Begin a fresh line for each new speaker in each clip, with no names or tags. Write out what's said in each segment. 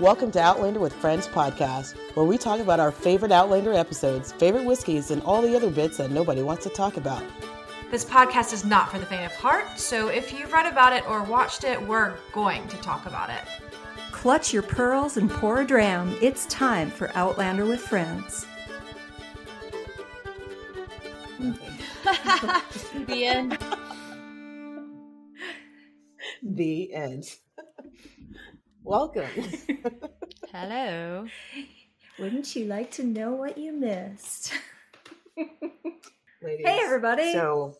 Welcome to Outlander with Friends podcast, where we talk about our favorite Outlander episodes, favorite whiskeys, and all the other bits that nobody wants to talk about.
This podcast is not for the faint of heart, so if you've read about it or watched it, we're going to talk about it.
Clutch your pearls and pour a dram. It's time for Outlander with Friends.
the end.
The end. Welcome.
Hello.
Wouldn't you like to know what you missed?
Ladies.
Hey, everybody.
So,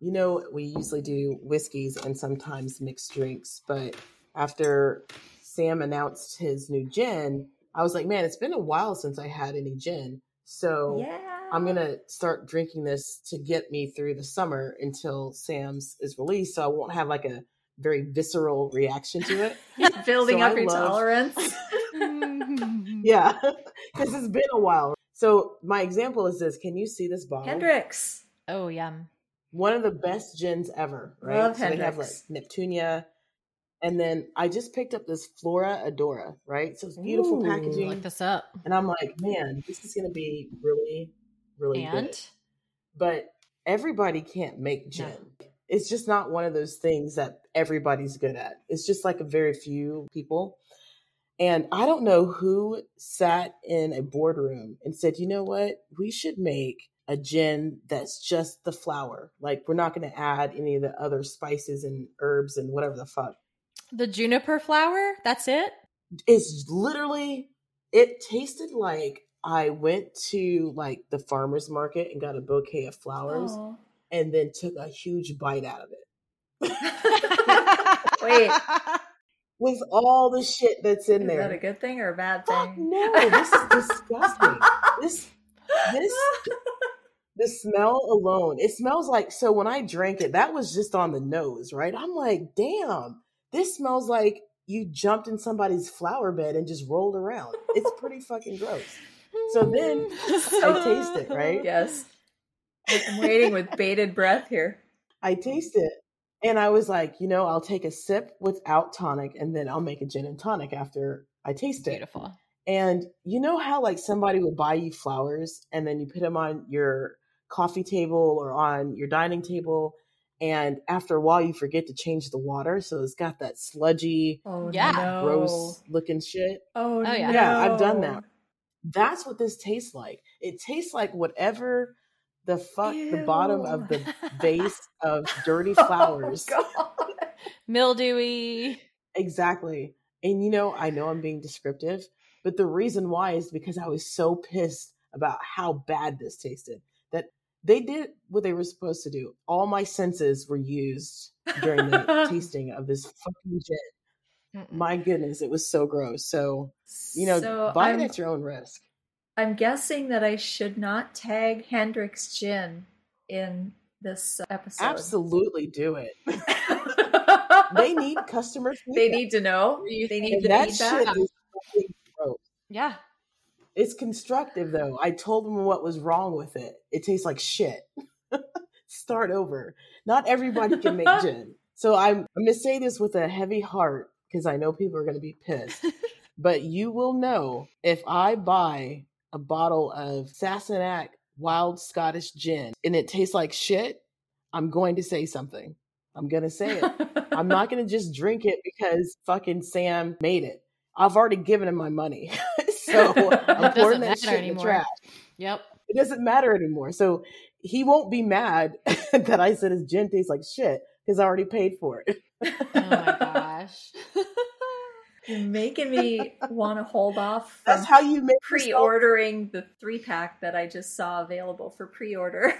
you know, we usually do whiskeys and sometimes mixed drinks, but after Sam announced his new gin, I was like, man, it's been a while since I had any gin. So
yeah.
I'm going to start drinking this to get me through the summer until Sam's is released. So I won't have like a very visceral reaction to it.
building
so
up
I
your
love-
tolerance. Mm.
yeah. Because it's been a while. So my example is this. Can you see this bottle?
Hendrix.
oh, yum.
one of the best gins ever, right?
Love
so they have like
Hendrix.
Neptunia. And then I just picked up this Flora Adora, right? So it's beautiful
Ooh,
packaging.
Look this up.
and I'm like, man, this is going to be really, really good.
And
But everybody can't make gin. It's just not one of those things that everybody's good at. It's just like a very few people. And I don't know who sat in a boardroom and said, you know what? We should make a gin that's just the flour. Like, we're not going to add any of the other spices and herbs and whatever the fuck.
the juniper flower. That's it.
It's literally, it tasted like I went to like the farmer's market and got a bouquet of flowers
Aw.
and then took a huge bite out of it.
Wait, is
With all the shit that's in
that a
there.
good thing or a bad
Fuck
thing?
no, this is disgusting. this this the smell alone. It smells like so when I drank it, that was just on the nose, right? I'm like, damn, this smells like you jumped in somebody's flower bed and just rolled around. It's pretty fucking gross. So then I taste it, right?
yes. I'm waiting with bated breath here.
I tasted it. And I was like, you know, I'll take a sip without tonic and then I'll make a gin and tonic after I taste it.
Beautiful.
And you know how like somebody would buy you flowers and then you put them on your coffee table or on your dining table and after a while you forget to change the water so it's got that sludgy
Oh,
Yeah.
no.
gross looking shit.
Oh,
yeah.
Yeah, I've done
no.
that. That's what this tastes like. It tastes like whatever the fuck the bottom of the vase of dirty flowers
Oh, God.
Mildewy.
Exactly. And you know, I know I'm being descriptive, but the reason why is because I was so pissed about how bad this tasted that they did what they were supposed to do. All my senses were used during the tasting of this fucking gin. My goodness, it was so gross. So, you know,
So
buy
I'm-
it at your own risk.
I'm guessing that I should not tag Hendrix Gin in this episode.
Absolutely do it.
they
They need customer feedback.
they need to know.
You
They need
and
to
that
need
shit
that.
is fucking gross.
Yeah.
It's constructive though. I told them what was wrong with it. It tastes like shit. Start over. Not everybody can make gin. So I'm, I'm going to say this with a heavy heart because I know people are going to be pissed. but you will know if I buy a bottle of Sassenach wild Scottish gin and it tastes like shit, I'm going to say something. I'm going to say it. I'm not going to just drink it because fucking Sam made it. I've already given him my money. so I'm
It
pouring
doesn't
that shit
matter
in the
anymore.
trash.
Yep.
It doesn't matter anymore. So he won't be mad that I said his gin tastes like shit because I already paid for it.
Oh my gosh.
You're making me want to hold off
That's
from
how you make yourself-
pre-ordering the three pack that I just saw available for pre-order.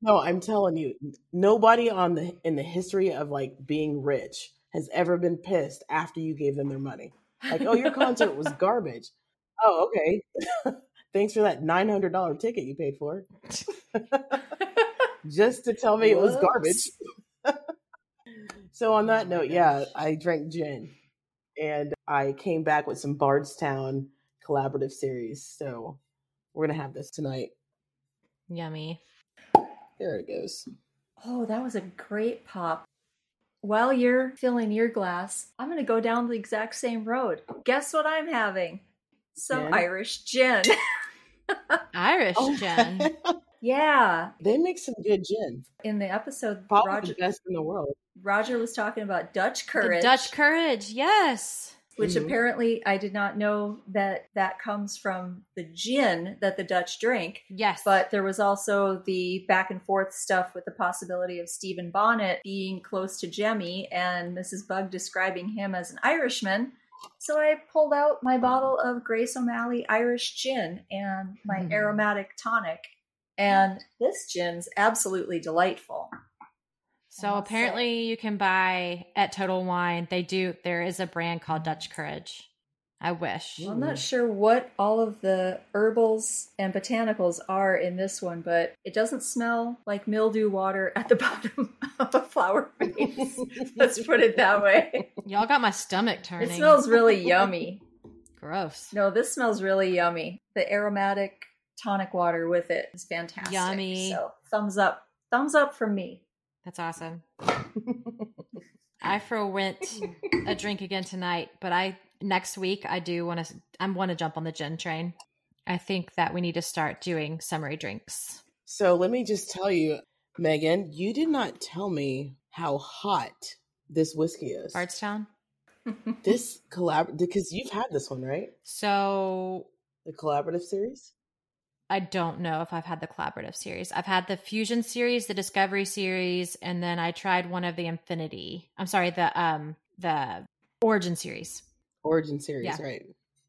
No, I'm telling you, nobody on the in the history of like being rich has ever been pissed after you gave them their money. Like, oh, your concert was garbage. Oh, okay. Thanks for that nine hundred dollar ticket you paid for. Just to tell me it was garbage. so on that
Oh my
note, yeah,
gosh.
I drank gin, and I came back with some Bardstown collaborative series. So we're gonna have this tonight.
Yummy.
There it goes.
Oh, that was a great pop. while you're filling your glass, I'm going to go down the exact same road. Guess what I'm having? Some
Gin?
Irish gin.
Irish
Oh,
gin.
yeah.
they make some good gin.
In the episode,
Probably
Roger,
the best in the world.
Roger was talking about Dutch
The
courage.
Dutch courage. Yes.
which
Mhm.
apparently I did not know that that comes from the gin that the Dutch drink.
Yes.
But there was also the back and forth stuff with the possibility of Stephen Bonnet being close to Jemmy and Mrs. Bug describing him as an Irishman. So I pulled out my bottle of Grace O'Malley Irish gin and my
Hmm.
aromatic tonic. And this gin's absolutely delightful.
so apparently you can buy at Total Wine. They do. There is a brand called Dutch Courage. I wish.
Well, I'm not sure what all of the herbals and botanicals are in this one, but it doesn't smell like mildew water at the bottom of a flower vase. Let's put it that way.
Y'all got my stomach turning.
It smells really yummy.
gross.
No, this smells really yummy. The aromatic tonic water with it is fantastic.
Yummy.
So, thumbs up. Thumbs up from me.
That's awesome. I forwent a drink again tonight, but I next week I do want to. I want to jump on the gin train. I think that we need to start doing summery drinks.
So let me just tell you, Megan, you did not tell me how hot this whiskey is.
Bardstown.
This collab because you've had this one, right?
So
The collaborative series.
I don't know if I've had the collaborative series. I've had the fusion series, the discovery series, and then I tried one of the infinity. I'm sorry, the um the origin series.
origin series,
Yeah.
right?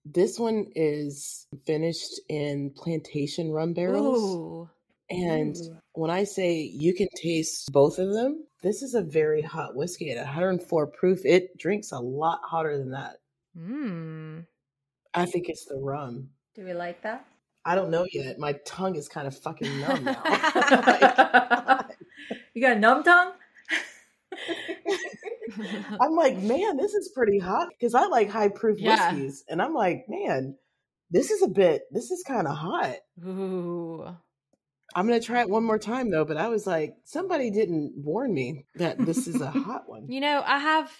This one is finished in plantation rum barrels.
Ooh.
And
Ooh.
when I say you can taste both of them, this is a very hot whiskey at 104 proof. It drinks a lot hotter than that.
Mm.
I think it's the rum.
Do we like that?
I don't know yet. My tongue is kind of fucking numb now.
you got a numb tongue?
I'm like, man, this is pretty hot because I like high proof
Yeah.
whiskeys. And I'm like, man, this is a bit, this is kind of hot.
Ooh.
I'm gonna try it one more time though, but I was like, somebody didn't warn me that this is a hot one.
You know, I have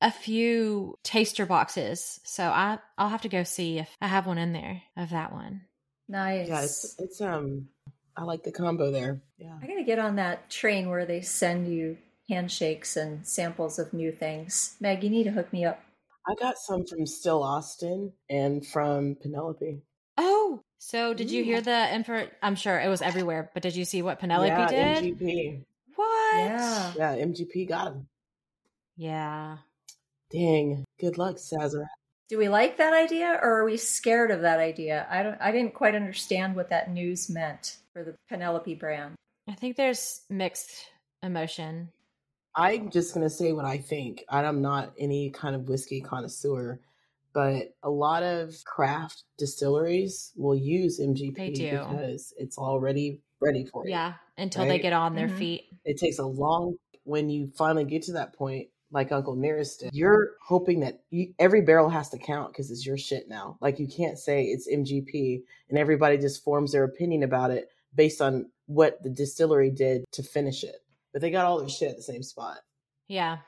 a few taster boxes, so I I'll have to go see if I have one in there of that one.
Nice.
Yeah, it's, it's um, I like the combo there. Yeah,
I gotta get on that train where they send you handshakes and samples of new things. Meg, you need to hook me up.
I got some from Still Austin and from Penelope.
Oh, so did you
Ooh.
hear the info? I'm sure it was everywhere, but did you see what Penelope
yeah,
did?
MGP.
What?
Yeah.
Yeah, MGP got him.
Yeah.
Dang, good luck, Sazerac.
Do we like that idea or are we scared of that idea? I don't I didn't quite understand what that news meant for the Penelope brand.
I think there's mixed emotion.
I'm just gonna say what I think. and I'm not any kind of whiskey connoisseur, but a lot of craft distilleries will use MGP
They do.
because it's already ready for you.
Yeah. Until they
Right.
get on their
Mhm.
feet.
it takes a long when you finally get to that point like uncle nearest did, you're hoping that you, every barrel has to count because it's your shit now like you can't say it's mgp and everybody just forms their opinion about it based on what the distillery did to finish it but they got all their shit at the same spot
Yeah.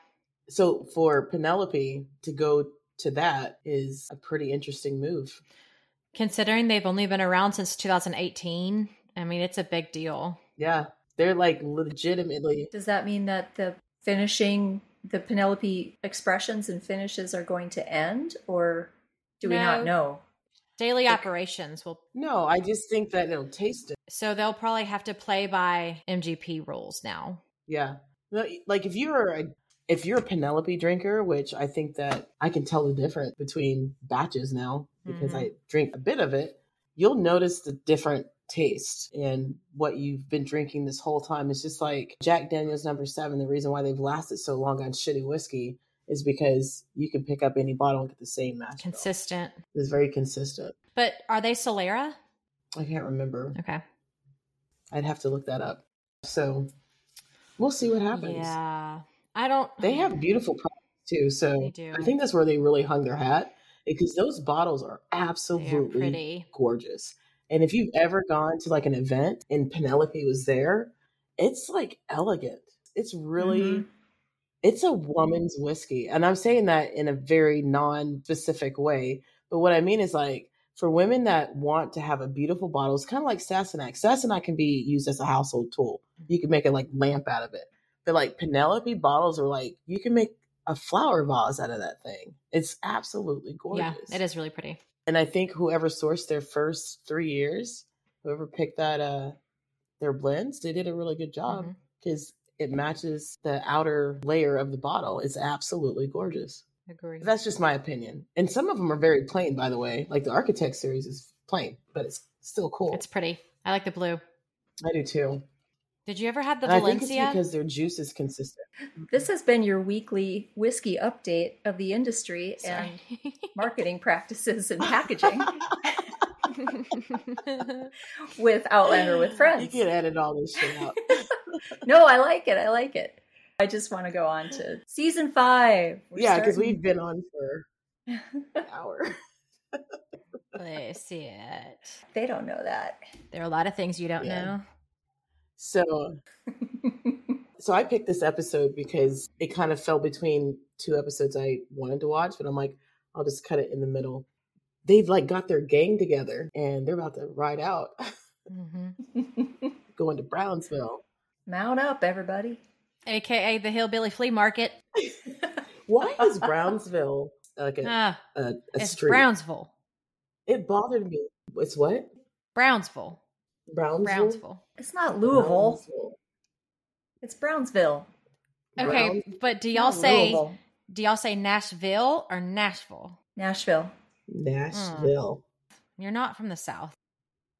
so for penelope to go to that is a pretty interesting move
Considering they've only been around since 2018, I mean, it's a big deal.
yeah they're like legitimately
Does that mean that the finishing the Penelope expressions and finishes are going to end or do we
No.
not know?
Daily
Okay.
operations will
no i just think that it'll taste it
So they'll probably have to play by MGP rules now.
Yeah. No, Like if you're a if you're a Penelope drinker, which I think that I can tell the difference between batches now because
Mhm.
I drink a bit of it, you'll notice the different taste and what you've been drinking this whole time. It's just like Jack Daniels number seven, the reason why they've lasted so long on shitty whiskey is because you can pick up any bottle and get the same match.
Consistent.
It's very consistent.
But are they Solera?
I can't remember.
Okay.
I'd have to look that up. So we'll see what happens.
Yeah. I don't
They have beautiful products too. So
They do.
I think that's where they really hung their hat because those bottles are
they're
absolutely
pretty.
gorgeous. And if you've ever gone to like an event
Mm-hmm.
and Penelope was there, it's like elegant. It's really It's a woman's whiskey. And I'm saying that in a very non specific way. But what I mean is like for women that want to have a beautiful bottle, it's kind of like Sassenach. Sassenach can be used as a household tool. You can make a like lamp out of it. But like Penelope bottles are like you can make a flower vase out of that thing. It's absolutely gorgeous.
Yeah, it is really pretty.
And I think whoever sourced their first three years, whoever picked that uh their blends, they did a really good job
Mm-hmm.
because it matches the outer layer of the bottle. It's absolutely gorgeous.
Agree.
That's just my opinion. And some of them are very plain, by the way. Like the Architect series is plain, but it's still cool.
It's pretty. I like the blue.
I do too.
Did you ever have the
And I think it's
Valencia?
because their juice is consistent.
This has been your weekly whiskey update of the industry and
Sorry.
marketing practices and packaging with Outlander with
You
Friends.
can edit all this shit out.
No, I like it. I like it. I just want to go on to season five. We're
yeah, because
starting-
we've been on for an hour.
Let's see it.
they don't know that.
There are a lot of things you don't
Yeah.
know.
So so I picked this episode because it kind of fell between two episodes I wanted to watch, but I'm like, I'll just cut it in the middle. They've like got their gang together and they're about to ride out
hmm
going to Brownsville.
Mount up, everybody.
AKA the hillbilly flea market.
Why is Brownsville like a,
Ah,
a, a
it's
street?
Brownsville.
It bothered me. It's what?
Brownsville.
Brownsville.
Brownsville.
It's not Louisville.
Brownsville.
It's Brownsville.
Okay,
Brown-
but do y'all
Not
say
Louisville.
do y'all say Nashville or Nashville?
Nashville.
Hmm.
Nashville.
You're not from the South,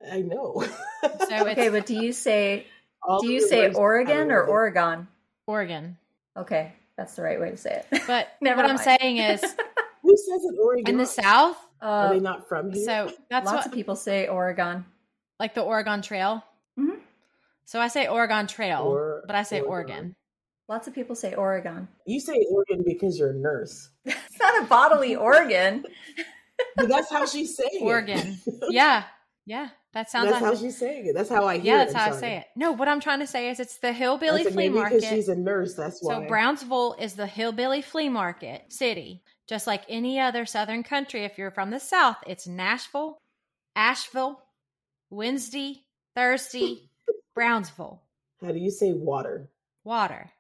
I know.
so Oh, it's
Okay, but do you say
All
do
of
you
the
say
words
Oregon
I
or
love it.
Oregon?
Oregon.
Okay, that's the right way to say it.
But
Never
what I'm
mind.
saying is
Who says it Oregon?
in the South.
Are
Uh,
they not from here?
So that's
lots
what
of people say Oregon.
like the Oregon Trail.
Mhm.
So I say Oregon Trail,
Or-
but I say Oregon.
Oregon.
Lots of people say Oregon.
you say Oregon because you're a nurse.
It's not a bodily organ.
But that's how she's saying it.
Oregon. yeah, yeah. That sounds
that's how
like
she's saying it. That's how I hear
yeah.
it.
That's how I say it. No, what I'm trying to say is it's the hillbilly flea
maybe
market.
because she's a nurse, that's why.
So Brownsville is the hillbilly flea market city, just like any other southern country. If you're from the south, it's Nashville, Asheville, Wednesday, Thursday, Brownsville.
How do you say water?
Water.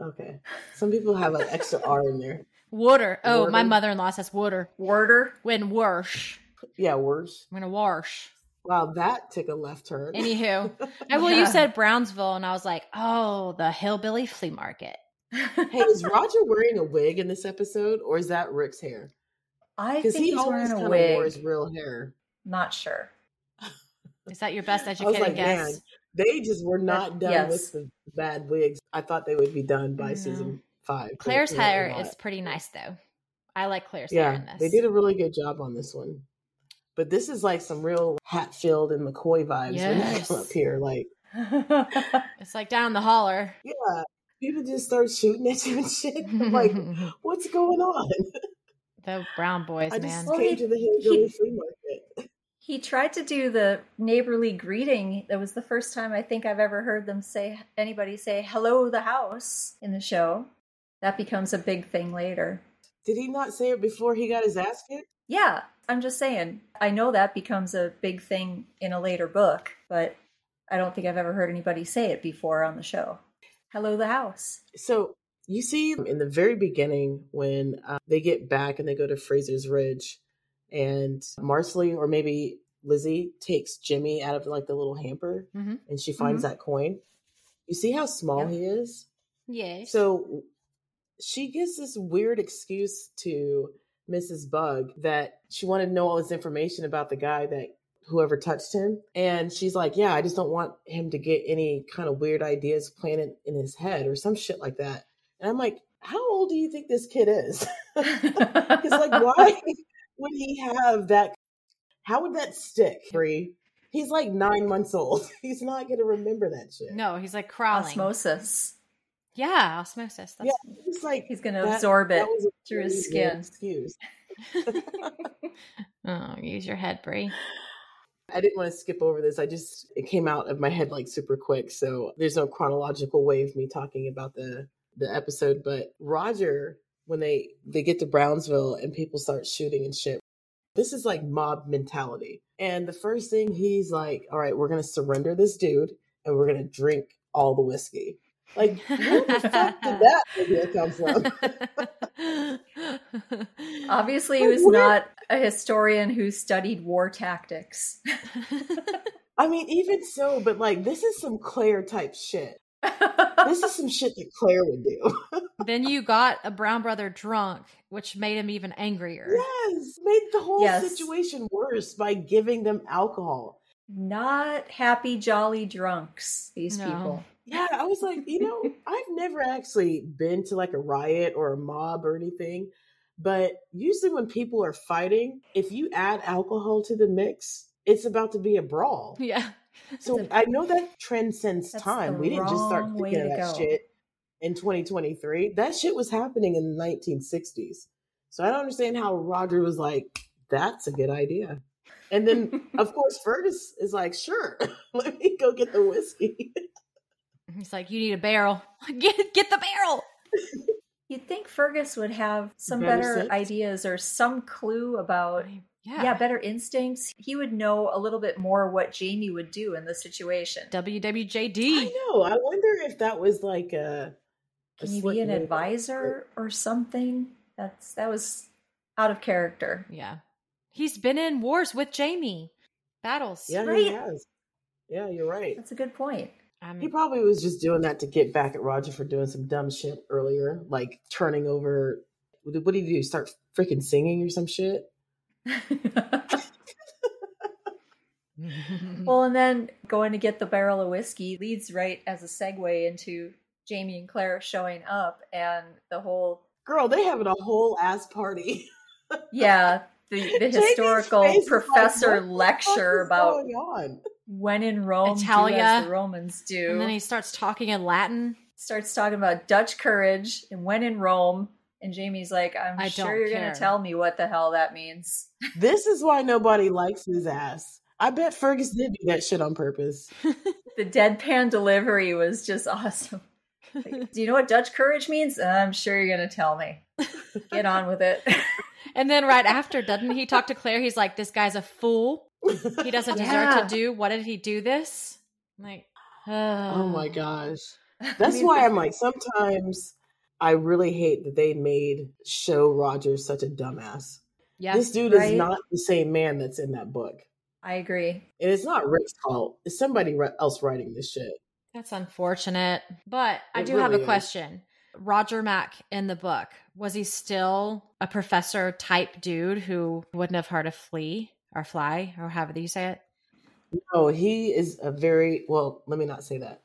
Okay. Some people have an extra R in there.
Water. Oh, my
Water.
mother-in-law says water.
Warder.
When wash.
Yeah, worse.
I'm gonna wash.
Wow, that took a left turn.
Anywho. And well, you
Yeah.
said Brownsville, and I was like, oh, the hillbilly flea market.
hey, is Roger wearing a wig in this episode, or is that Rick's hair?
I think
Because he
he's
always
wearing
kind
a
of
wig.
wore his real hair.
Not sure.
Is that your best
I was
educated
like,
guess?
man, they just were not done
yes.
with the bad wigs. I thought they would be done by
No.
season five. but
Claire's
apparently
hair
not.
is pretty nice though. I like Claire's hair
yeah.
in this.
They did a really good job on this one, but this is like some real Hatfield and McCoy vibes when you
Yes.
come up here. Like,
It's like down the holler.
yeah, people just start shooting at you and shit. I'm like, what's going on?
the brown boys,
I
man.
just
Well,
came
he-
to the hillbilly
he-
flea market.
he tried to do the neighborly greeting. That was the first time I think I've ever heard them say anybody say hello the house in the show. That becomes a big thing later.
Did he not say it before he got his ass kicked?
Yeah, I'm just saying. I know that becomes a big thing in a later book, but I don't think I've ever heard anybody say it before on the show. Hello, the house.
So you see in the very beginning when uh, they get back and they go to Fraser's Ridge, and Marsley or maybe Lizzie takes Jimmy out of like the little hamper
Mhm.
and she finds that coin. You see how small
Yeah.
he is?
Yes.
So she gives this weird excuse to Mrs. Bug that she wanted to know all this information about the guy that whoever touched him. And she's like, Yeah, I just don't want him to get any kind of weird ideas planted in his head or some shit like that. And I'm like, How old do you think this kid is? Because, like, why would he have that? How would that stick, Bree? He's like nine months old. He's not going to remember that shit.
no, he's like crawling.
Osmosis.
Yeah, osmosis. That's
It's like
He's going to
that-
absorb it
that was a
through his
really good
skin.
Excuse.
oh, use your head, Brie.
I didn't want to skip over this. I just it came out of my head like super quick, so there's no chronological way of me talking about the the episode, but Roger, when they they get to Brownsville and people start shooting and shit, this is like mob mentality. And the first thing he's like, "All right, we're gonna surrender this dude, and we're gonna drink all the whiskey." Like, where the fuck did that idea come from?
Obviously, he was
Where-
not a historian who studied war tactics.
I mean, even so, but like, this is some Claire type shit. This is some shit that Claire would do.
then you got a Brown brother drunk, which made him even angrier.
yes, made the whole
Yes.
situation worse by giving them alcohol.
not happy, jolly drunks, these
No.
people.
Yeah, I was like, you know, I've never actually been to like a riot or a mob or anything, but usually when people are fighting, if you add alcohol to the mix, it's about to be a brawl.
Yeah.
So
That's a-
I know that transcends
That's
time.
the
We didn't just start
wrong way
thinking of
to
that
go.
shit in 2023. That shit was happening in the 1960s. So I don't understand how Roger was like, that's a good idea. And then, of course, Fergus is like, sure, let me go get the whiskey.
He's like, you need a barrel. Get get the barrel.
You'd think Fergus would have some
Better
better,
sense.
ideas or some clue about, yeah.
Yeah.
better instincts. He would know a little bit more what Jamie would do in this situation.
WWJD.
I know. I wonder if that was like a. a
Can he
slick
be an
move.
advisor or something? That's that was out of character.
Yeah. He's been in wars with Jamie. Battles.
Yeah, he
Right.
has. Yeah, you're right.
That's a good point.
I'm-
He probably was just doing that to get back at Roger for doing some dumb shit earlier, like turning over. What did what did he do? Start freaking singing or some shit?
well, and then going to get the barrel of whiskey leads right as a segue into Jamie and Claire showing up and the whole
Girl, they having a whole ass party.
yeah the, the
Jamie's face
historical
is like, "What
professor
the fuck
lecture
is
about
going on.
when in Rome, do
Italia.
as the Romans do.
and then he starts talking in Latin.
starts talking about Dutch courage and when in Rome. And Jamie's like, I'm
I
sure
don't
you're going
care."
to tell me what the hell that means.
This is why nobody likes his ass. I bet Fergus did do that shit on purpose.
The deadpan delivery was just awesome. Like, do you know what Dutch courage means? "Uh, I'm sure you're going to tell me. Get on with it.
And then right after, doesn't he talk to Claire? He's like, This guy's a fool. He doesn't deserve
Yeah.
to do. What did he do this? I'm like,
Oh
oh
my gosh. That's why I'm like, sometimes I really hate that they made show Rogers such a dumbass.
Yeah.
this dude
right?
is not the same man that's in that book.
I agree.
And it's not Rick's fault. It's somebody ri- else writing this shit.
That's unfortunate. But I
It
do have
really
a
is.
question. Roger Mack in the book, was he still a professor type dude who wouldn't have heard of flea or fly or however you say it?
No, he is a very, well, let me not say that.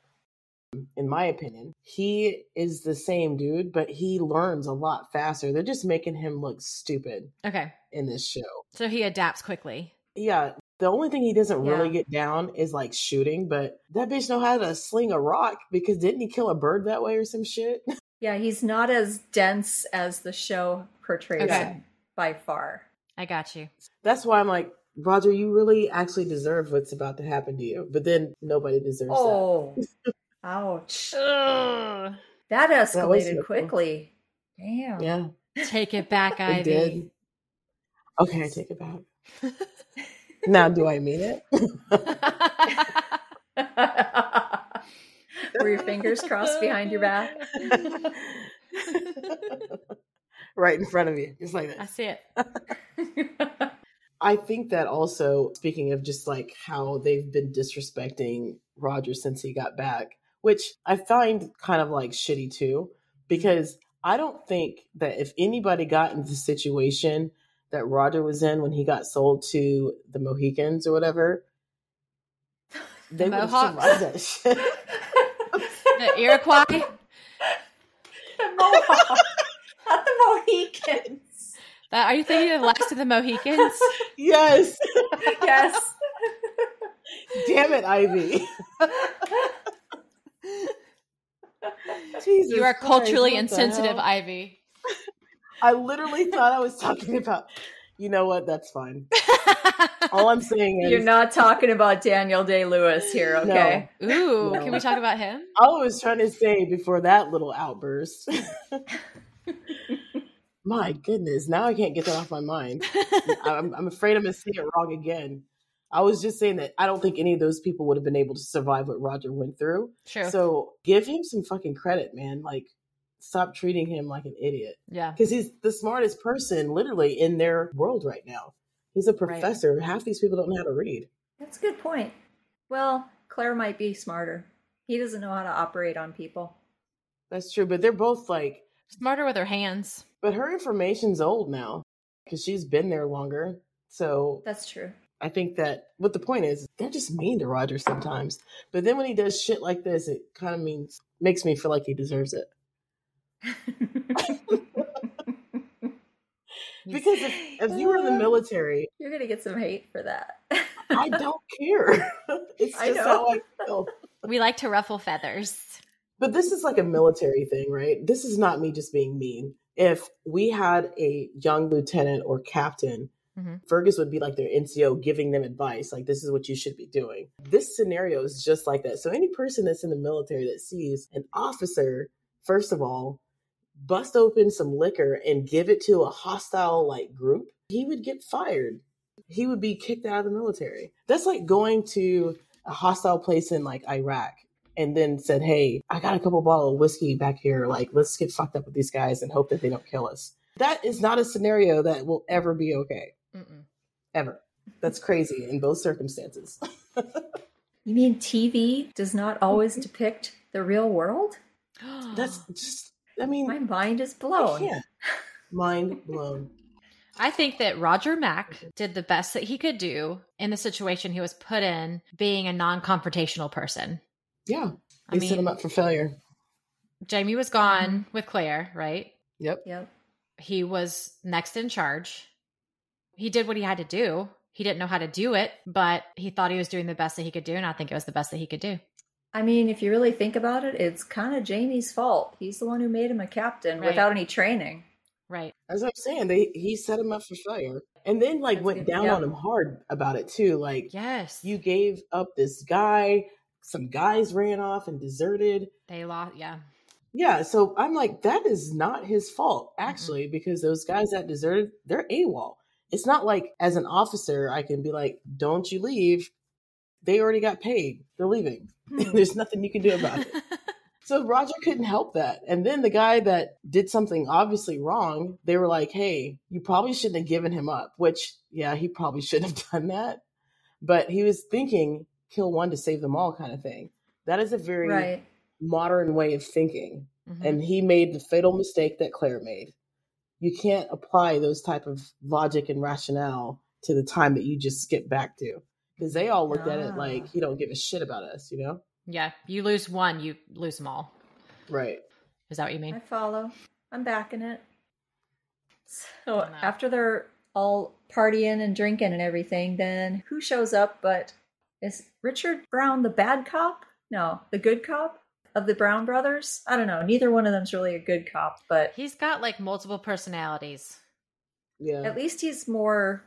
In my opinion, he is the same dude, but he learns a lot faster. They're just making him look stupid
Okay.
in this show.
So he adapts quickly.
Yeah. The only thing he doesn't really
Yeah.
get down is like shooting, but that bitch know how to sling a rock because didn't he kill a bird that way or some shit?
Yeah, he's not as dense as the show portrays
Okay.
him by far.
I got you.
That's why I'm like, Roger, you really actually deserve what's about to happen to you. But then nobody deserves that.
Oh, ouch.
Ugh.
That
That was
escalated
hurtful.
quickly. Damn.
Yeah,
Take it back,
I
Ivy.
did. Okay, I take it back. now, do I mean it?
Were your fingers crossed behind your back?
right in front of you, just like
I
that.
see it.
I think that also, speaking of just like how they've been disrespecting Roger since he got back, which I find kind of like shitty too, because I don't think that if anybody got into the situation that Roger was in when he got sold to the Mohicans or whatever, they would have
Mohawks?
survived that shit.
The Iroquois,
the Mohawk, not the Mohicans.
that, are you thinking of the last of the Mohicans?
yes.
Yes.
Damn it, Ivy. Jesus
you are
Christ,
culturally
what the
insensitive,
hell?
Ivy.
I literally thought I was talking about You know what? That's fine. All I'm saying is
You're not talking about Daniel Day Lewis here,
No.
okay?
Ooh,
No.
can we talk about him?
I was trying to say before that little outburst. my goodness, now I can't get that off my mind. I'm, I'm afraid I'm going to say it wrong again. I was just saying that I don't think any of those people would have been able to survive what Roger went through.
True.
So give him some fucking credit, man. Like, stop treating him like an idiot
yeah.
because he's the smartest person literally in their world right now. He's a professor. Half these people don't know how to read.
That's a good point. Well, Claire might be smarter. He doesn't know how to operate on people.
That's true, but they're both like
Smarter with her hands.
But her information's old now because she's been there longer. So
That's true.
I think that what the point is, they're just mean to Roger sometimes. But then when he does shit like this, it kind of means makes me feel like he deserves it.
He's-
Because if, if you were in the military,
You're going to get some hate for that.
I don't care. it's
I
just
know.
how I feel.
we like to ruffle feathers.
But this is like a military thing, right? This is not me just being mean. If we had a young lieutenant or captain,
Mhm.
Fergus would be like their NCO giving them advice, like, this is what you should be doing. This scenario is just like that. So, any person that's in the military that sees an officer, first of all, bust open some liquor and give it to a hostile like group, he would get fired. He would be kicked out of the military. That's like going to a hostile place in like Iraq and then said, "Hey, I got a couple bottle of whiskey back here. Like, let's get fucked up with these guys and hope that they don't kill us." That is not a scenario that will ever be okay,
Mm-mm.
ever. That's crazy in both circumstances.
You mean TV does not always depict the real world?
That's just, I mean,
My mind is
I
blown.
can't. Mind blown.
I think that Roger Mack did the best that he could do in the situation he was put in, being a non confrontational person.
Yeah,
I
they set him
mean,
up for failure.
Jamie was gone
Mm-hmm.
with Claire, right?
Yep.
Yep.
He was next in charge. He did what he had to do. He didn't know how to do it, but he thought he was doing the best that he could do. And I think it was the best that he could do.
I mean, if you really think about it, it's kind of Jamie's fault. He's the one who made him a captain
Right.
without any training.
Right.
As I'm saying, they he set him up for failure, and then like
That's
went
good.
down
Yeah.
on him hard about it too. Like,
Yes.
you gave up this guy. Some guys ran off and deserted.
they lost. Yeah.
Yeah, so I'm like, that is not his fault, actually, because those guys that deserted, they're AWOL. It's not like as an officer, I can be like, don't you leave. They already got paid. They're leaving. There's nothing you can do about it. So Roger couldn't help that. And then the guy that did something obviously wrong, they were like, hey, you probably shouldn't have given him up, which, yeah, he probably shouldn't have done that. But he was thinking, kill one to save them all kind of thing. That is a very
Right.
modern way of thinking
Mhm.
and he made the fatal mistake that claire made you can't apply those type of logic and rationale to the time that you just skip back to because they all looked at it
Ah.
like he don't give a shit about us you know
yeah. You lose one, you lose them all.
right
Is that what you mean?
I follow. I'm backing it. So
I don't know.
after they're all partying and drinking and everything, then who shows up but is Richard Brown the bad cop? No, the good cop of the Brown brothers? I don't know. Neither one of them's really a good cop, but
He's got like multiple personalities.
yeah
at least he's more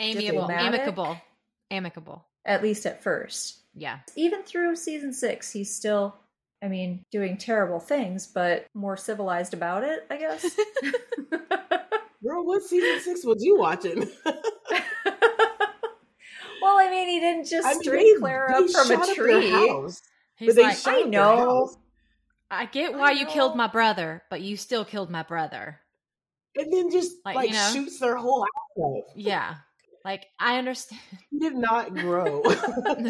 Amiable,
Diplomatic?
amicable, amicable.
at least at first.
Yeah.
Even through season 6, he's still I mean, doing terrible things, but more civilized about it, I guess.
girl what season six was you watching
well, I mean, he didn't just
I mean,
string
they-
Claire
they
up from
shot their
a tree.
house,
He's
but they
like,
shot up
I
their
know.
house.
I get
I
why you killed
know.
my brother, but you still killed my brother.
and then just
Like,
like,
you know.
shoots their whole house up.
Yeah. Like I understand.
he did not grow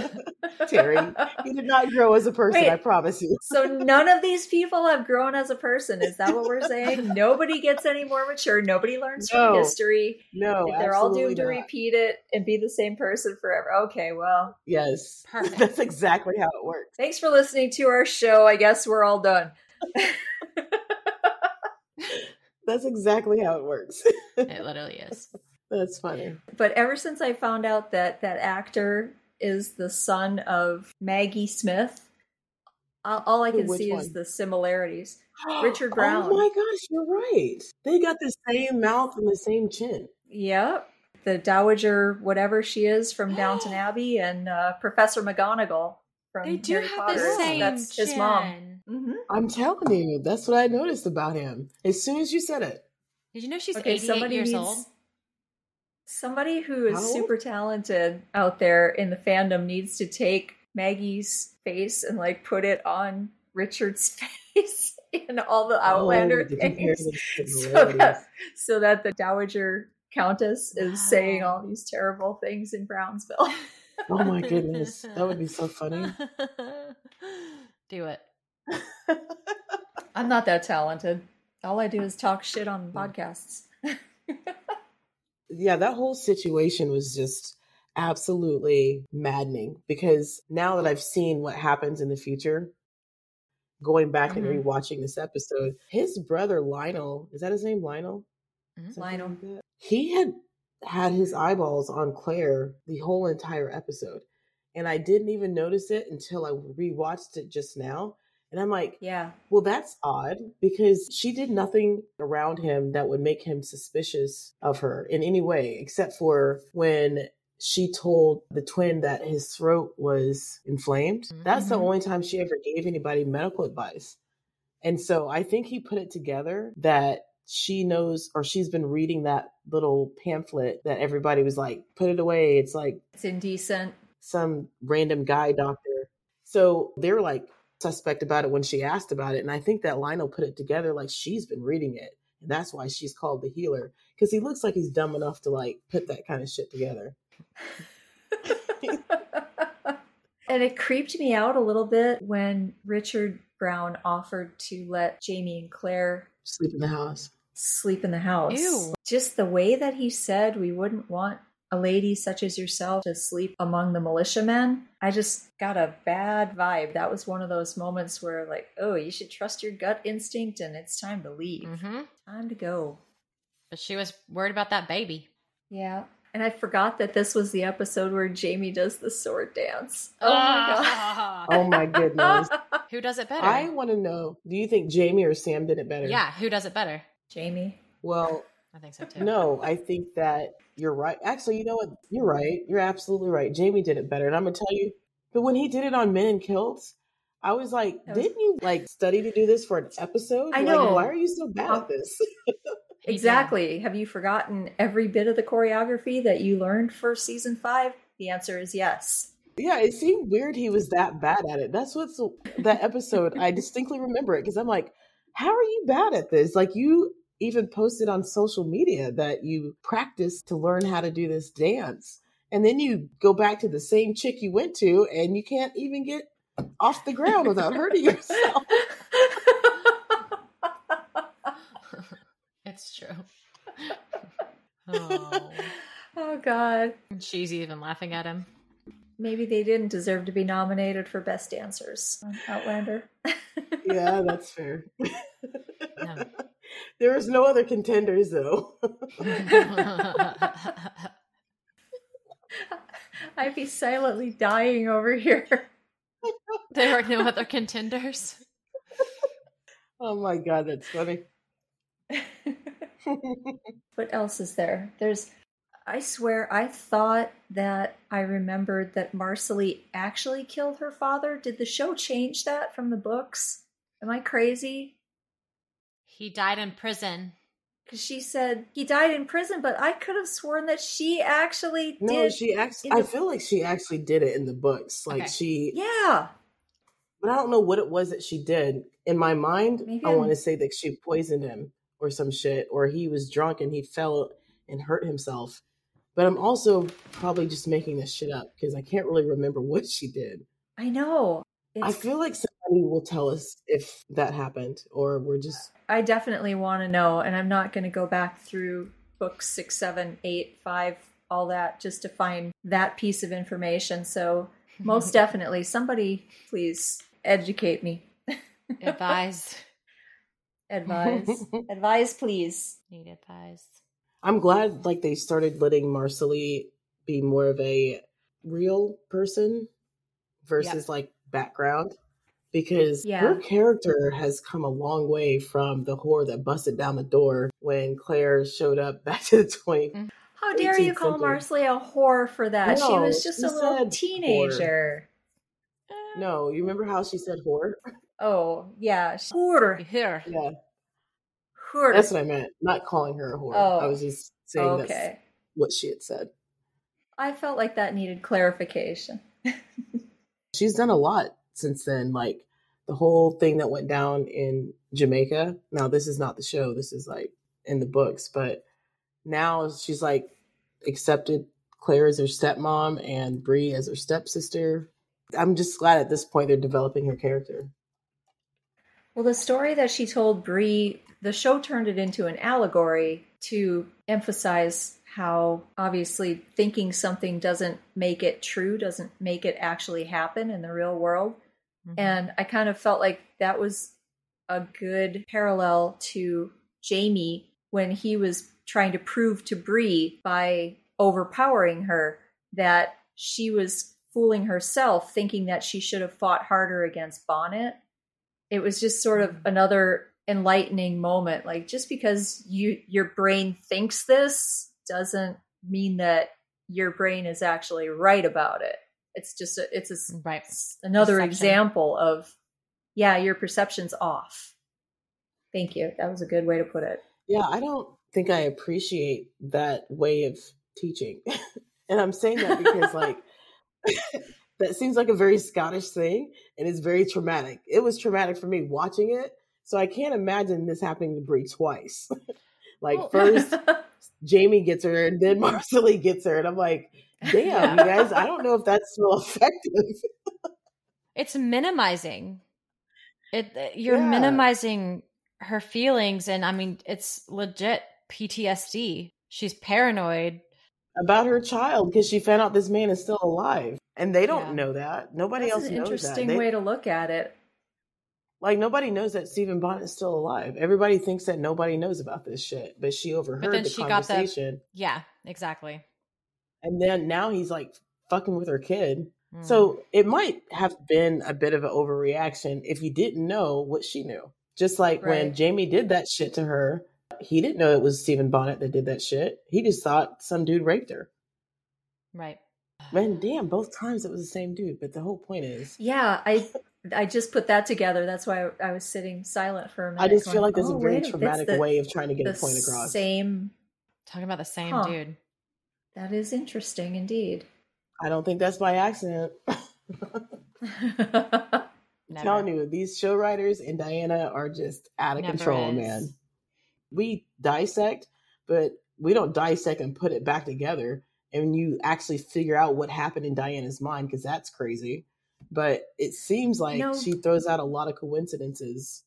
terry he did not grow as a person
Wait.
i promise you
so none of these people have grown as a person. Is that what we're saying? nobody gets any more mature. Nobody learns from
No.
history.
no
They're all
absolutely
doomed to
not.
repeat it and be the same person forever. Okay, well,
yes
Perfect.
that's exactly how it works
thanks for listening to our show. I guess we're all done.
That's exactly how it works.
It literally is.
That's funny.
But ever since I found out that that actor is the son of Maggie Smith, all all I
Who-
can
which
see is
one?
the similarities. Richard Brown.
Oh my gosh, you're right. They got the same mouth and the same chin.
Yep. The Dowager, whatever she is from Downton Abbey, and uh, Professor McGonagall from
They do
Harry
have
Potter.
the
So
same
That's his
chin.
mom. hmm
I'm telling you, that's what I noticed about him. As soon as you said it,
Did you know she's 88 years old?
Somebody who is
How old?
super talented out there in the fandom needs to take Maggie's face and like put it on Richard's face in all the Outlander
Oh, did you hear
things,
this? It's
So
hilarious.
that- so that the Dowager Countess is
Wow.
saying all these terrible things in Brownsville.
Oh my goodness, that would be so funny.
do it.
I'm not that talented. All I do is talk shit on podcasts.
yeah, that whole situation was just absolutely maddening because now that I've seen what happens in the future, going back
Mhm.
and rewatching this episode, his brother Lionel, is that his name? Lionel?
Mhm.
Something
Lionel.
like that? He had had his eyeballs on Claire the whole entire episode. And I didn't even notice it until I rewatched it just now. And I'm like,
Yeah.
well, that's odd because she did nothing around him that would make him suspicious of her in any way, except for when she told the twin that his throat was inflamed. That's the
Mhm.
only time she ever gave anybody medical advice. And so I think he put it together that she knows or she's been reading that little pamphlet that everybody was like, put it away. It's like
It's indecent.
some random guy doctor. So they were like suspect about it when she asked about it. And I think that Lionel put it together like she's been reading it. And that's why she's called the healer. Because he looks like he's dumb enough to like put that kind of shit together.
and it creeped me out a little bit when Richard Brown offered to let Jamie and Claire
Sleep in the house.
sleep in the house.
Ew.
Just the way that he said we wouldn't want a lady such as yourself to sleep among the militiamen. I just got a bad vibe. That was one of those moments where like, oh, you should trust your gut instinct and it's time to leave.
hmm
Time to go.
But she was worried about that baby.
Yeah. And I forgot that this was the episode where Jamie does the sword dance. Oh
Ah.
Oh my goodness.
my god.
Who does it better?
I want to know do you think Jamie or Sam did it better?
Yeah, who does it better?
Jamie.
Well,
I think so too.
no, I think that you're right. Actually, you know what? You're right. You're absolutely right. Jamie did it better. And I'm going to tell you, but when he did it on Men in Kilts, I was like,
That was-
didn't you like study to do this for an episode?
I
Like,
know.
why are you so bad at this?
He did.
Exactly. Have you forgotten every bit of the choreography that you learned for season five? The answer is yes.
yeah, it seemed weird he was that bad at it. That's what's that episode. I distinctly remember it because I'm like, how are you bad at this? Like, you even posted on social media that you practiced to learn how to do this dance. And then you go back to the same chick you went to, and you can't even get off the ground without hurting yourself.
Oh,
It's true. oh.
oh God.
And She's even laughing at him.
Maybe they didn't deserve to be nominated for Best Dancers on Outlander.
Yeah, that's fair.
No.
There was no other contenders, though.
I'd be silently dying over here.
there are no other contenders.
Oh my God, that's funny.
what else is there? There's I swear I thought that I remembered that Marcelly actually killed her father. Did the show change that from the books? Am I crazy?
He died in prison.
Because she said he died in prison, but I could have sworn that she actually
No,
did.
she actually.
in
I
the-
feel like she actually did it in the books. Like
Okay.
she,
yeah.
but I don't know what it was that she did. In my mind,
Maybe
I
I'm-
want to say that she poisoned him or some shit, or he was drunk and he fell and hurt himself. But I'm also probably just making this shit up because I can't really remember what she did.
I know.
I
It's-
feel like somebody will tell us if that happened, or we're just
I definitely want to know, and I'm not going to go back through books six, seven, eight, five, all that just to find that piece of information. So, most definitely, somebody please educate me,
advise.
advise, advise, please.
Need advice.
I'm glad like they started letting Marcelly be more of a real person versus like background because
Yeah.
her character has come a long way from the whore that busted down the door when Claire showed up back to the 20
dare you call
18th
Marsley a whore for that? she
No,
was just
she
a little
said
teenager.
No, you remember how she said whore?
Oh, yeah. she- Whore.
Here.
Yeah,
Whore.
that's what I meant. Not calling her a whore.
Oh.
I was just saying that's
okay.
what she had said.
I felt like that needed clarification.
She's done a lot since then. Like the whole thing that went down in Jamaica. Now this is not the show. This is like in the books, but now she's like accepted Claire as her stepmom and Bree as her stepsister. I'm just glad at this point they're developing her character.
Well, the story that she told Bree, the show turned it into an allegory to emphasize how obviously thinking something doesn't make it true, doesn't make it actually happen in the real world. And I kind of felt like that was a good parallel to Jamie when he was trying to prove to Bree by overpowering her that she was fooling herself, thinking that she should have fought harder against Bonnet. It was just sort of another enlightening moment. Like just because you your brain thinks this doesn't mean that your brain is actually right about it. It's just a, it's a s-
Right.
another
Perception.
example of yeah your perception's off thank you that was a good way to put it
Yeah, I don't think I appreciate that way of teaching. and I'm saying that because, like, that seems like a very Scottish thing and it's very traumatic. It was traumatic for me watching it. So I can't imagine this happening to Brie twice. like,
Well-
first Jamie gets her and then Marcelly gets her. And I'm like, damn, you guys, I don't know if that's so effective.
It's minimizing. It uh, you're
Yeah.
minimizing her feelings and I mean it's legit PTSD. She's paranoid.
About her child because she found out this man is still alive. And they don't
Yeah.
know that. Nobody
that's
else
an
knows
interesting
that. They-
way to look at it
Like nobody knows that Stephen Bonnet's still alive. Everybody thinks that nobody knows about this shit, but she overheard
then
the
she got the-
conversation,
Yeah, exactly.
and then now he's like fucking with her kid.
Mm.
So it might have been a bit of an overreaction if you didn't know what she knew. Just like when
Right.
Jamie did that shit to her, he didn't know it was Stephen Bonnet that did that shit. He just thought some dude raped her.
right.
Man, damn, both times it was the same dude. But the whole point is,
yeah i i just put that together that's why i was sitting silent for a minute
I just feel
going,
like there's
"Oh,
a very
wait, that's
traumatic
the-
way of trying to get a
the
point across.
same
Talking about the same
Huh.
dude.
that is interesting indeed
I don't think that's by accident.
Never.
telling you, these show writers and Diana are just out of
Never
control,
is.
man. We dissect, but we don't dissect and put it back together. And you actually figure out what happened in Diana's mind because that's crazy. But it seems like
No.
she throws out a lot of coincidences.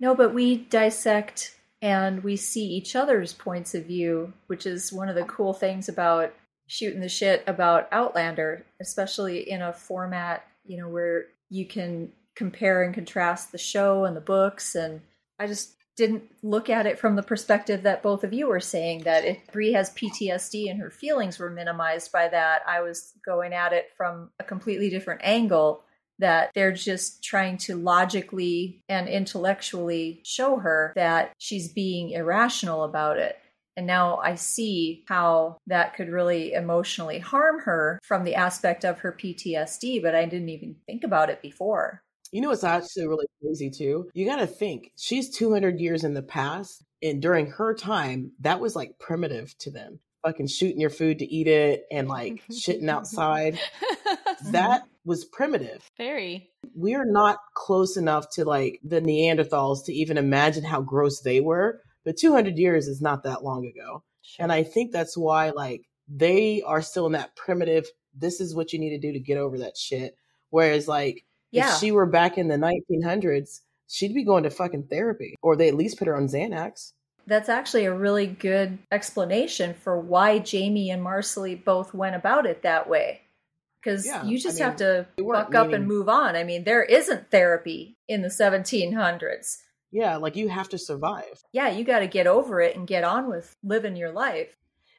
No, but we dissect and we see each other's points of view, which is one of the cool things about shooting the shit about Outlander, especially in a format, you know, where you can compare and contrast the show and the books and I just didn't look at it from the perspective that both of you were saying that if Bree has PTSD and her feelings were minimized by that, I was going at it from a completely different angle that they're just trying to logically and intellectually show her that she's being irrational about it. And now I see how that could really emotionally harm her from the aspect of her PTSD, but I didn't even think about it before.
You know what's actually really crazy too? You got to think she's 200 years in the past, and during her time, that was like primitive to them. Fucking shooting your food to eat it and like
Mm-hmm.
shitting outside. That was primitive.
very
we are not close enough to like the Neanderthals to even imagine how gross they were. But 200 years is not that long ago. And I think that's why like they are still in that primitive, this is what you need to do to get over that shit. Whereas like
Yeah.
if she were back in the 1900s, she'd be going to fucking therapy or they at least put her on Xanax.
That's actually a really good explanation for why Jamie and Marcelly both went about it that way. Because
Yeah,
you just
I mean,
have to
they weren't
buck up
meaning-
and move on. I mean, there isn't therapy in the 1700s.
Yeah, like you have to survive.
Yeah, you got to get over it and get on with living your life.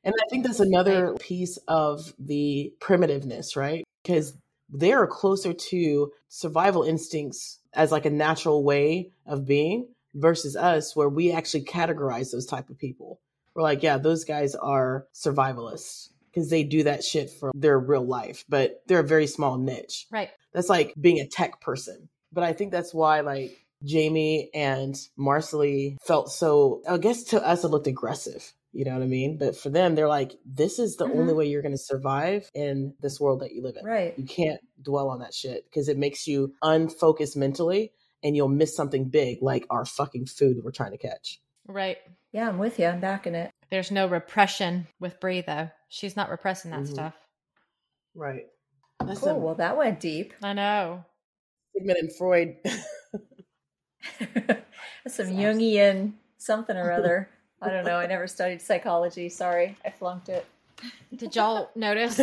And I think that's another piece of the primitiveness, right? Because they are closer to survival instincts as like a natural way of being versus us, where we actually categorize those type of people. we're like, yeah, those guys are survivalists because they do that shit for their real life, but they're a very small niche.
Right.
That's like being a tech person. But I think that's why like Jamie and Marcelly felt so, I guess to us, it looked aggressive. You know what I mean? But for them, they're like, this is the
Mhm.
only way you're going to survive in this world that you live in.
Right.
You can't dwell on that shit because it makes you unfocused mentally and you'll miss something big like our fucking food we're trying to catch.
Right.
Yeah, I'm with you. I'm backing it.
There's no repression with Bree though. She's not repressing that
Mhm.
stuff.
Right. That's
Cool.
a
Well, that went deep.
I know.
Sigmund and Freud.
That's some
Sounds-
Jungian something or other. I don't know. I never studied psychology. Sorry, I flunked it.
Did y'all notice?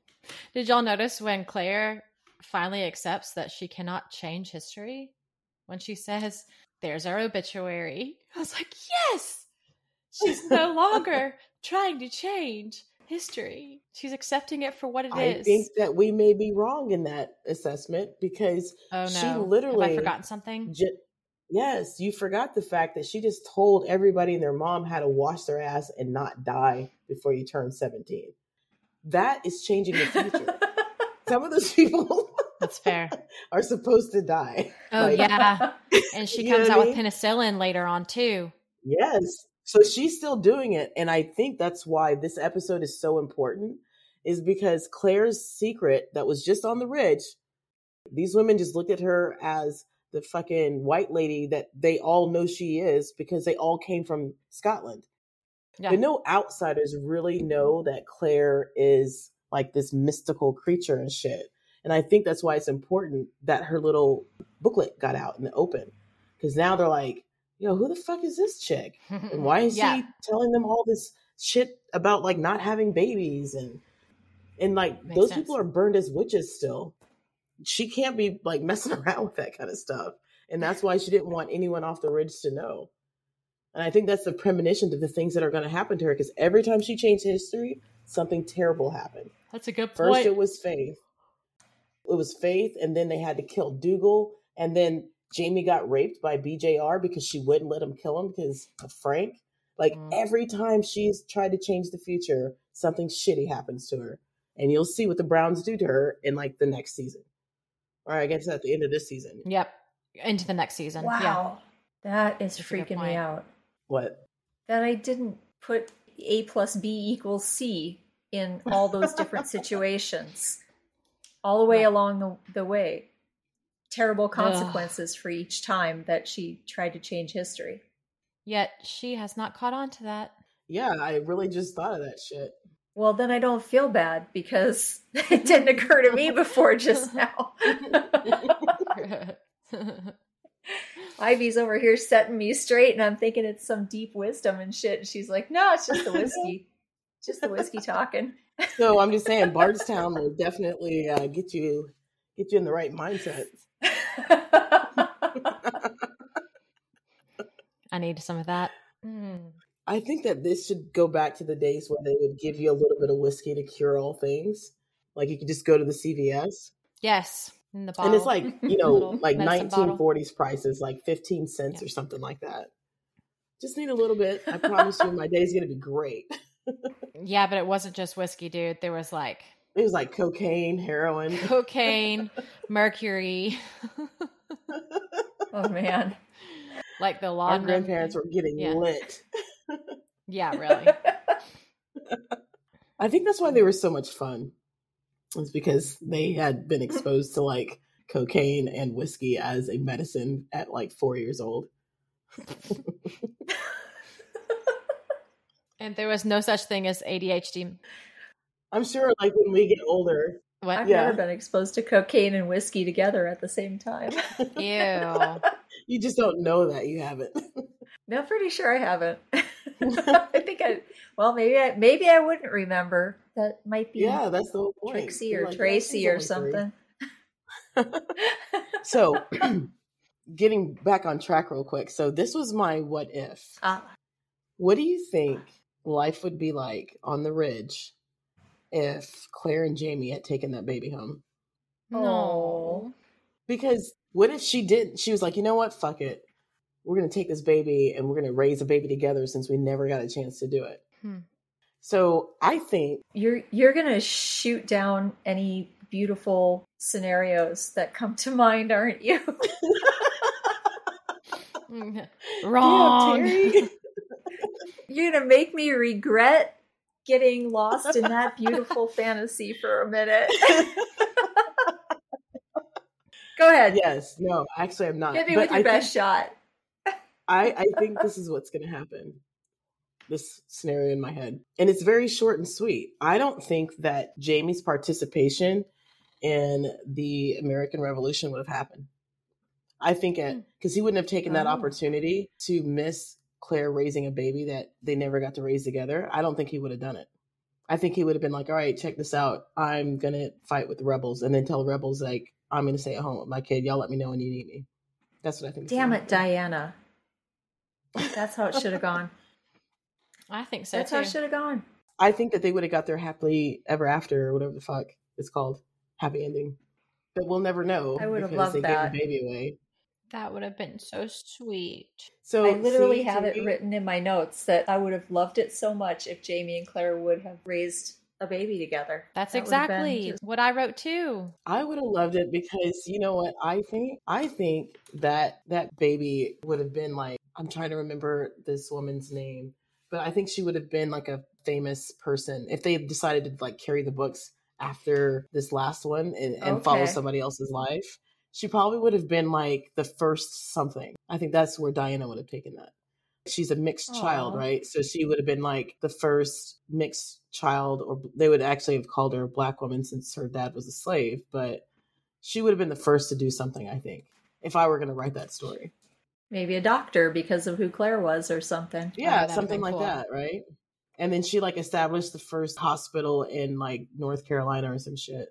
did y'all notice when Claire finally accepts that she cannot change history? When she says, "There's our obituary," I was like, "Yes, she's no longer trying to change history. She's accepting it for what it is."
I think that we may be wrong in that assessment because,
oh no!
she
Have I
literally
forgotten something?
j- yes, you forgot the fact that she just told everybody and their mom how to wash their ass and not die before you turn 17. That is changing the future. Some of those people
That's fair.
are supposed to die.
Oh
Like-
yeah, and she
You know
comes
what
out
I
with penicillin later on too.
Yes. So she's still doing it. And I think that's why this episode is so important, is because Claire's secret that was just on the ridge, these women just looked at her as the fucking white lady that they all know she is because they all came from Scotland.
Yeah.
But no outsiders really know that Claire is like this mystical creature and shit. And I think that's why it's important that her little booklet got out in the open. Because now they're like, yo, who the fuck is this chick? And why is
Yeah.
she telling them all this shit about like not having babies and and like
Makes
those
sense.
people are burned as witches still. She can't be like messing around with that kind of stuff. And that's why she didn't want anyone off the ridge to know. And I think that's the premonition of the things that are going to happen to her because every time she changed history, something terrible happened.
That's a good
First,
point.
it was Faith. It was Faith, and then they had to kill Dougal, and then Jamie got raped by BJR because she wouldn't let him kill him because of Frank. Like
Mm.
every time she's tried to change the future, something shitty happens to her, and you'll see what the Browns do to her in like the next season, or I guess at the end of this season.
Yep. Into the next season. Yeah.
wow, that is
That's a good
freaking me
point.
out.
What?
That I didn't put A plus B equals C in all those different situations, all the way
Right.
along the, the way. Terrible consequences for each time that she tried to change history.
Yet she has not caught on to that.
Yeah, I really just thought of that shit.
Well, then I don't feel bad because it didn't occur to me before just now. Ivy's over here setting me straight, and I'm thinking it's some deep wisdom and shit. And she's like, no, it's just the whiskey. just the whiskey talking.
So I'm just saying, Bardstown will definitely uh, get you get you in the right mindset.
I need some of that.
Hmm.
Mm.
I think that this should go back to the days where they would give you a little bit of whiskey to cure all things. Like you could just go to the CVS,
Yes. In the bottle.
and it's like you know,
Little
like
medicine bottle.
1940s prices, like 15 cents
Yeah.
or something like that. Just need a little bit. I promise you, my day's gonna be great.
Yeah, but it wasn't just whiskey, dude. There was like
It was like cocaine, heroin.
cocaine, mercury,
oh, man.
like the
Our
laudanum.
grandparents were getting
Yeah.
lit.
Yeah, really.
I think that's why they were so much fun. It's because they had been exposed to like cocaine and whiskey as a medicine at like four years old.
And there was no such thing as ADHD.
I'm sure like when we get older,
What?
I've
Yeah.
never been exposed to cocaine and whiskey together at the same time.
Ew.
You just don't know that you haven't.
No, pretty sure I haven't. I think I, well, maybe I, maybe I wouldn't remember. That might be
yeah, that's the whole point.
Trixie
You're like,
or
"Yeah, she's
Tracy or
only three."
something.
So, getting back on track real quick. So, this was my what if.
Ah,
What do you think life would be like on the ridge if Claire and Jamie had taken that baby home?
No.
Because what if she didn't? She was like, you know what? Fuck it. we're going to take this baby and we're going to raise a baby together since we never got a chance to do it.
Hmm.
So I think
You're you're gonna shoot down any beautiful scenarios that come to mind, aren't you?
Wrong.
Damn, Terry.
you're gonna make me regret getting lost in that beautiful fantasy for a minute. Go ahead.
yes, no, actually I'm not.
Hit me
But
with your
I think-
best shot.
I, I think this is what's going to happen. This scenario in my head. And it's very short and sweet. I don't think that Jamie's participation in the American Revolution would have happened. I think
Hmm.
it because he wouldn't have taken that
Oh.
opportunity to miss Claire raising a baby that they never got to raise together. I don't think he would have done it. I think he would have been like, all right, check this out. I'm going to fight with the rebels and then tell the rebels, like, I'm going to stay at home with my kid. Y'all let me know when you need me. That's what I think. is gonna
Damn it,
happen.
Diana. That's how it should have gone.
I think so
That's
too.
how it should have gone.
I think that they would have got their happily ever after or whatever the fuck it's called, happy ending. But we'll never know
I would have
because
loved
they
that.
gave the baby away.
that would have been so sweet.
So
I literally
see,
have
to
it
me-
written in my notes that I would have loved it so much if Jamie and Claire would have raised a baby together.
That's
That would have been
exactly
just-
what I wrote too.
I would have loved it because you know what I think. I think that that baby would have been like. I'm trying to remember this woman's name, but I think she would have been like a famous person if they had decided to like carry the books after this last one and, and follow
Okay.
somebody else's life. She probably would have been like the first something. I think that's where Diana would have taken that. She's a mixed child,
Aw.
right? So she would have been like the first mixed child, or they would actually have called her a black woman since her dad was a slave, but she would have been the first to do something, I think, if I were going to write that story.
maybe a doctor because of who Claire was or something.
Yeah,
that'd
something
been
like
cool.
that, right? And then she like established the first hospital in like North Carolina or some shit.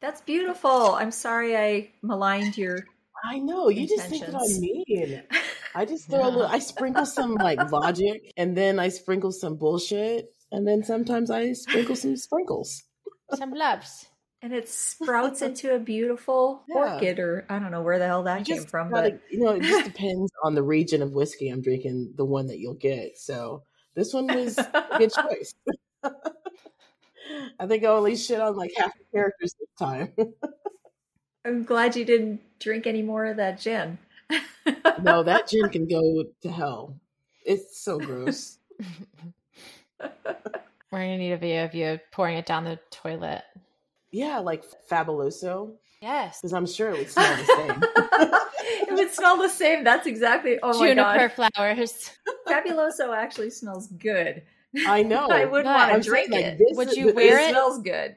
That's beautiful. I'm sorry I maligned your.
I know. You just think that I'm
Intentions.
mean. I just throw a little, I sprinkle some like logic and then I sprinkle some bullshit and then sometimes I sprinkle some sprinkles.
Some loves.
And it sprouts into a beautiful
Yeah.
orchid, or I don't know where the hell that
You
came
just
from,
gotta-
but
you know, it just depends on the region of whiskey I'm drinking, the one that you'll get. So this one was a good choice. I think I only shit on like half the characters this time.
I'm glad you didn't drink any more of that gin.
no, that gin can go to hell. It's so gross.
We're gonna need a video of you pouring it down the toilet.
Yeah, like fabuloso,
Yes.
because I'm sure it would smell the same.
it would smell the same. That's exactly. Oh my
Juniper flowers.
god, Fabuloso actually smells good.
I know.
I would
but
want
I'm
to drink
saying,
it.
like, this
Would
is-
you
this-
wear
it
it?
smells good.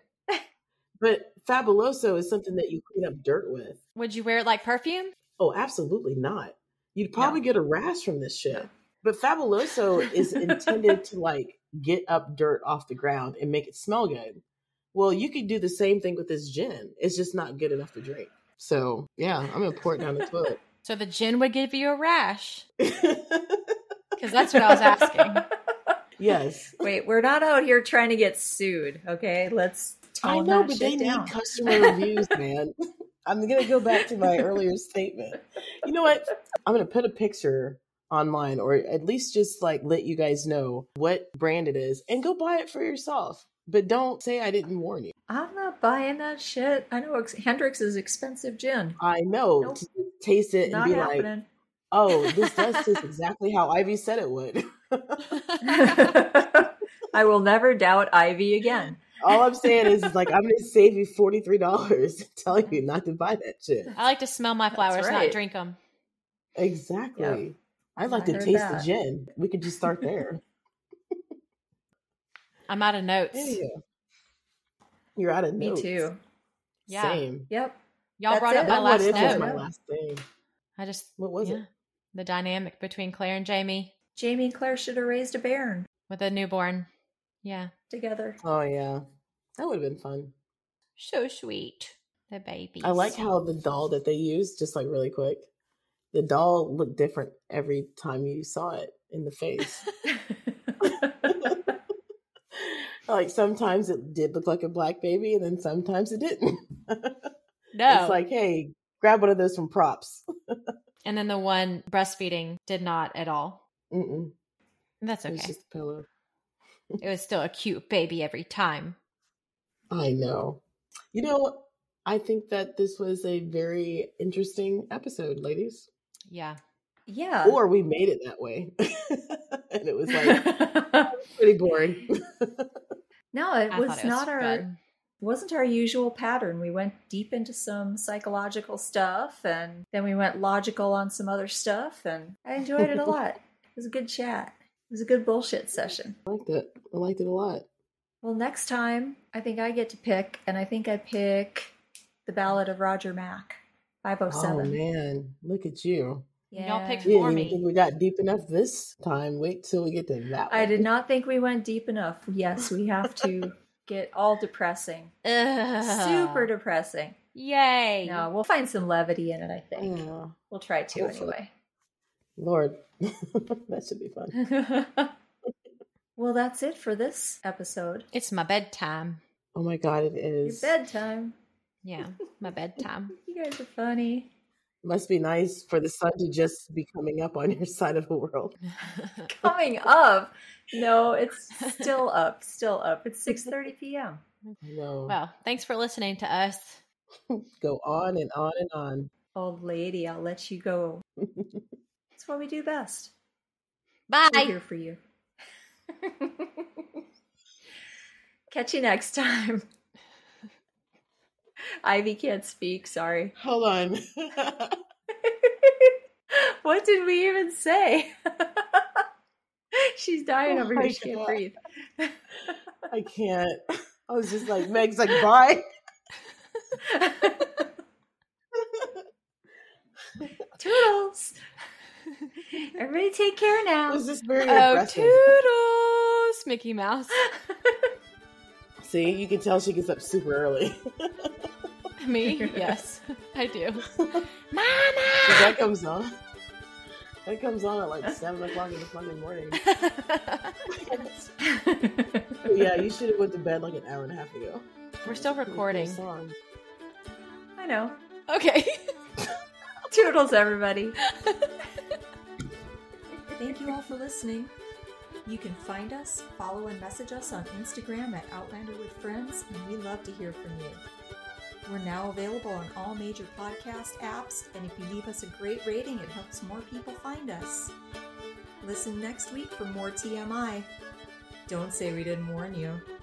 But fabuloso is something that you clean up dirt with.
Would you wear it like perfume?
Oh, absolutely not. You'd probably get a rash from this shit. But fabuloso is intended to like get up dirt off the ground and make it smell good. Well, you could do the same thing with this gin. It's just not good enough to drink. So yeah, I'm gonna pour it down the toilet.
So the gin would give you a rash. Because that's what I was asking.
yes.
Wait, we're not out here trying to get sued, okay? Let's tone
I know,
that
but
shit
they
down.
need customer reviews, man. I'm gonna go back to my earlier statement. You know what? I'm gonna put a picture online, or at least just like let you guys know what brand it is, and go buy it for yourself. But don't say I didn't warn you.
I'm not buying that shit. I know ex- Hendrix is expensive gin.
I know
Nope.
to taste it and
Not
be like,
happening.
"Oh, this does taste exactly how Ivy said it would."
I will never doubt Ivy again.
All I'm saying is, is like, I'm gonna save you forty three dollars and tell you not to buy that shit.
I like to smell my flowers,
right.
not drink them.
Exactly. I'd like
I
to
heard
taste the
that.
gin. We could just start there.
I'm out of notes.
Yeah. You're out of
Me
notes.
too.
Yeah.
Same.
Yep.
Y'all
That's
brought
it.
up my
That what
last
if was
note.
my last thing.
I just
What was
yeah.
it?
The dynamic between Claire and Jamie
Jamie and Claire should have raised a bairn
with a newborn. Yeah.
together.
Oh yeah, that would have been fun.
So sweet. The baby.
I like how the doll that they used, just like really quick, the doll looked different every time you saw it in the face. like sometimes it did look like a black baby, and then sometimes it didn't.
No.
It's like, hey, grab one of those from props.
And then the one breastfeeding did not at all.
Mm-mm.
That's
It
okay.
was just a pillow.
it was still a cute baby every time.
I know. You know, I think that this was a very interesting episode, ladies.
Yeah.
Yeah.
Or we made it that way. and it was like pretty boring.
no, it
I
was
thought it
not our
fun.
wasn't our usual pattern. We went deep into some psychological stuff and then we went logical on some other stuff and I enjoyed it a lot. It was a good chat. It was a good bullshit session.
I liked it. I liked it a lot.
Well, next time I think I get to pick and I think I pick The Ballad of Roger Mack,
Oh
507.
man, look at you.
Y'all picked
We didn't
For
even
me.
think we got deep enough this time. Wait till we get to that
I
one.
did not think we went deep enough. Yes, we have to get all depressing.
Ugh.
Super depressing.
Yay.
No, we'll find some levity in it, I think.
Yeah.
We'll try to
Hopefully.
anyway.
Oh, Lord, that should be fun.
well, that's it for this episode.
It's my bedtime.
Oh my god, it
Your
is.
bedtime.
Yeah, my bedtime.
You guys are funny.
Must be nice for the sun to just be coming up on your side of the world.
Coming up. No, it's still up. Still up. It's 6:30 p.m.
I know.
well, thanks for listening to us.
Go on and on and on.
Old lady, I'll let you go. It's what we do best. We're
Bye.
here for you. Catch you next time. Ivy can't speak, sorry.
Hold on.
what did we even say? She's dying
Oh
over
my
here. She can't
God.
breathe.
I can't. I was just like, Meg's like, bye.
Toodles. Everybody take care
It
now.
was just very
Oh,
aggressive.
toodles, Mickey Mouse.
See, you can tell she gets up super early.
Me? Yes, I do.
'Cause that comes on. That comes on at like 7 o'clock in the fucking morning.
Mama.
But yeah, you should have went to bed like an hour and a half ago.
We're still recording.
Song.
I know.
Okay.
Toodles, everybody. Thank you all for listening. You can find us, follow, and message us on Instagram at Outlander with Friends, and we love to hear from you. We're now available on all major podcast apps, and if you leave us a great rating, it helps more people find us. Listen next week for more TMI. Don't say we didn't warn you.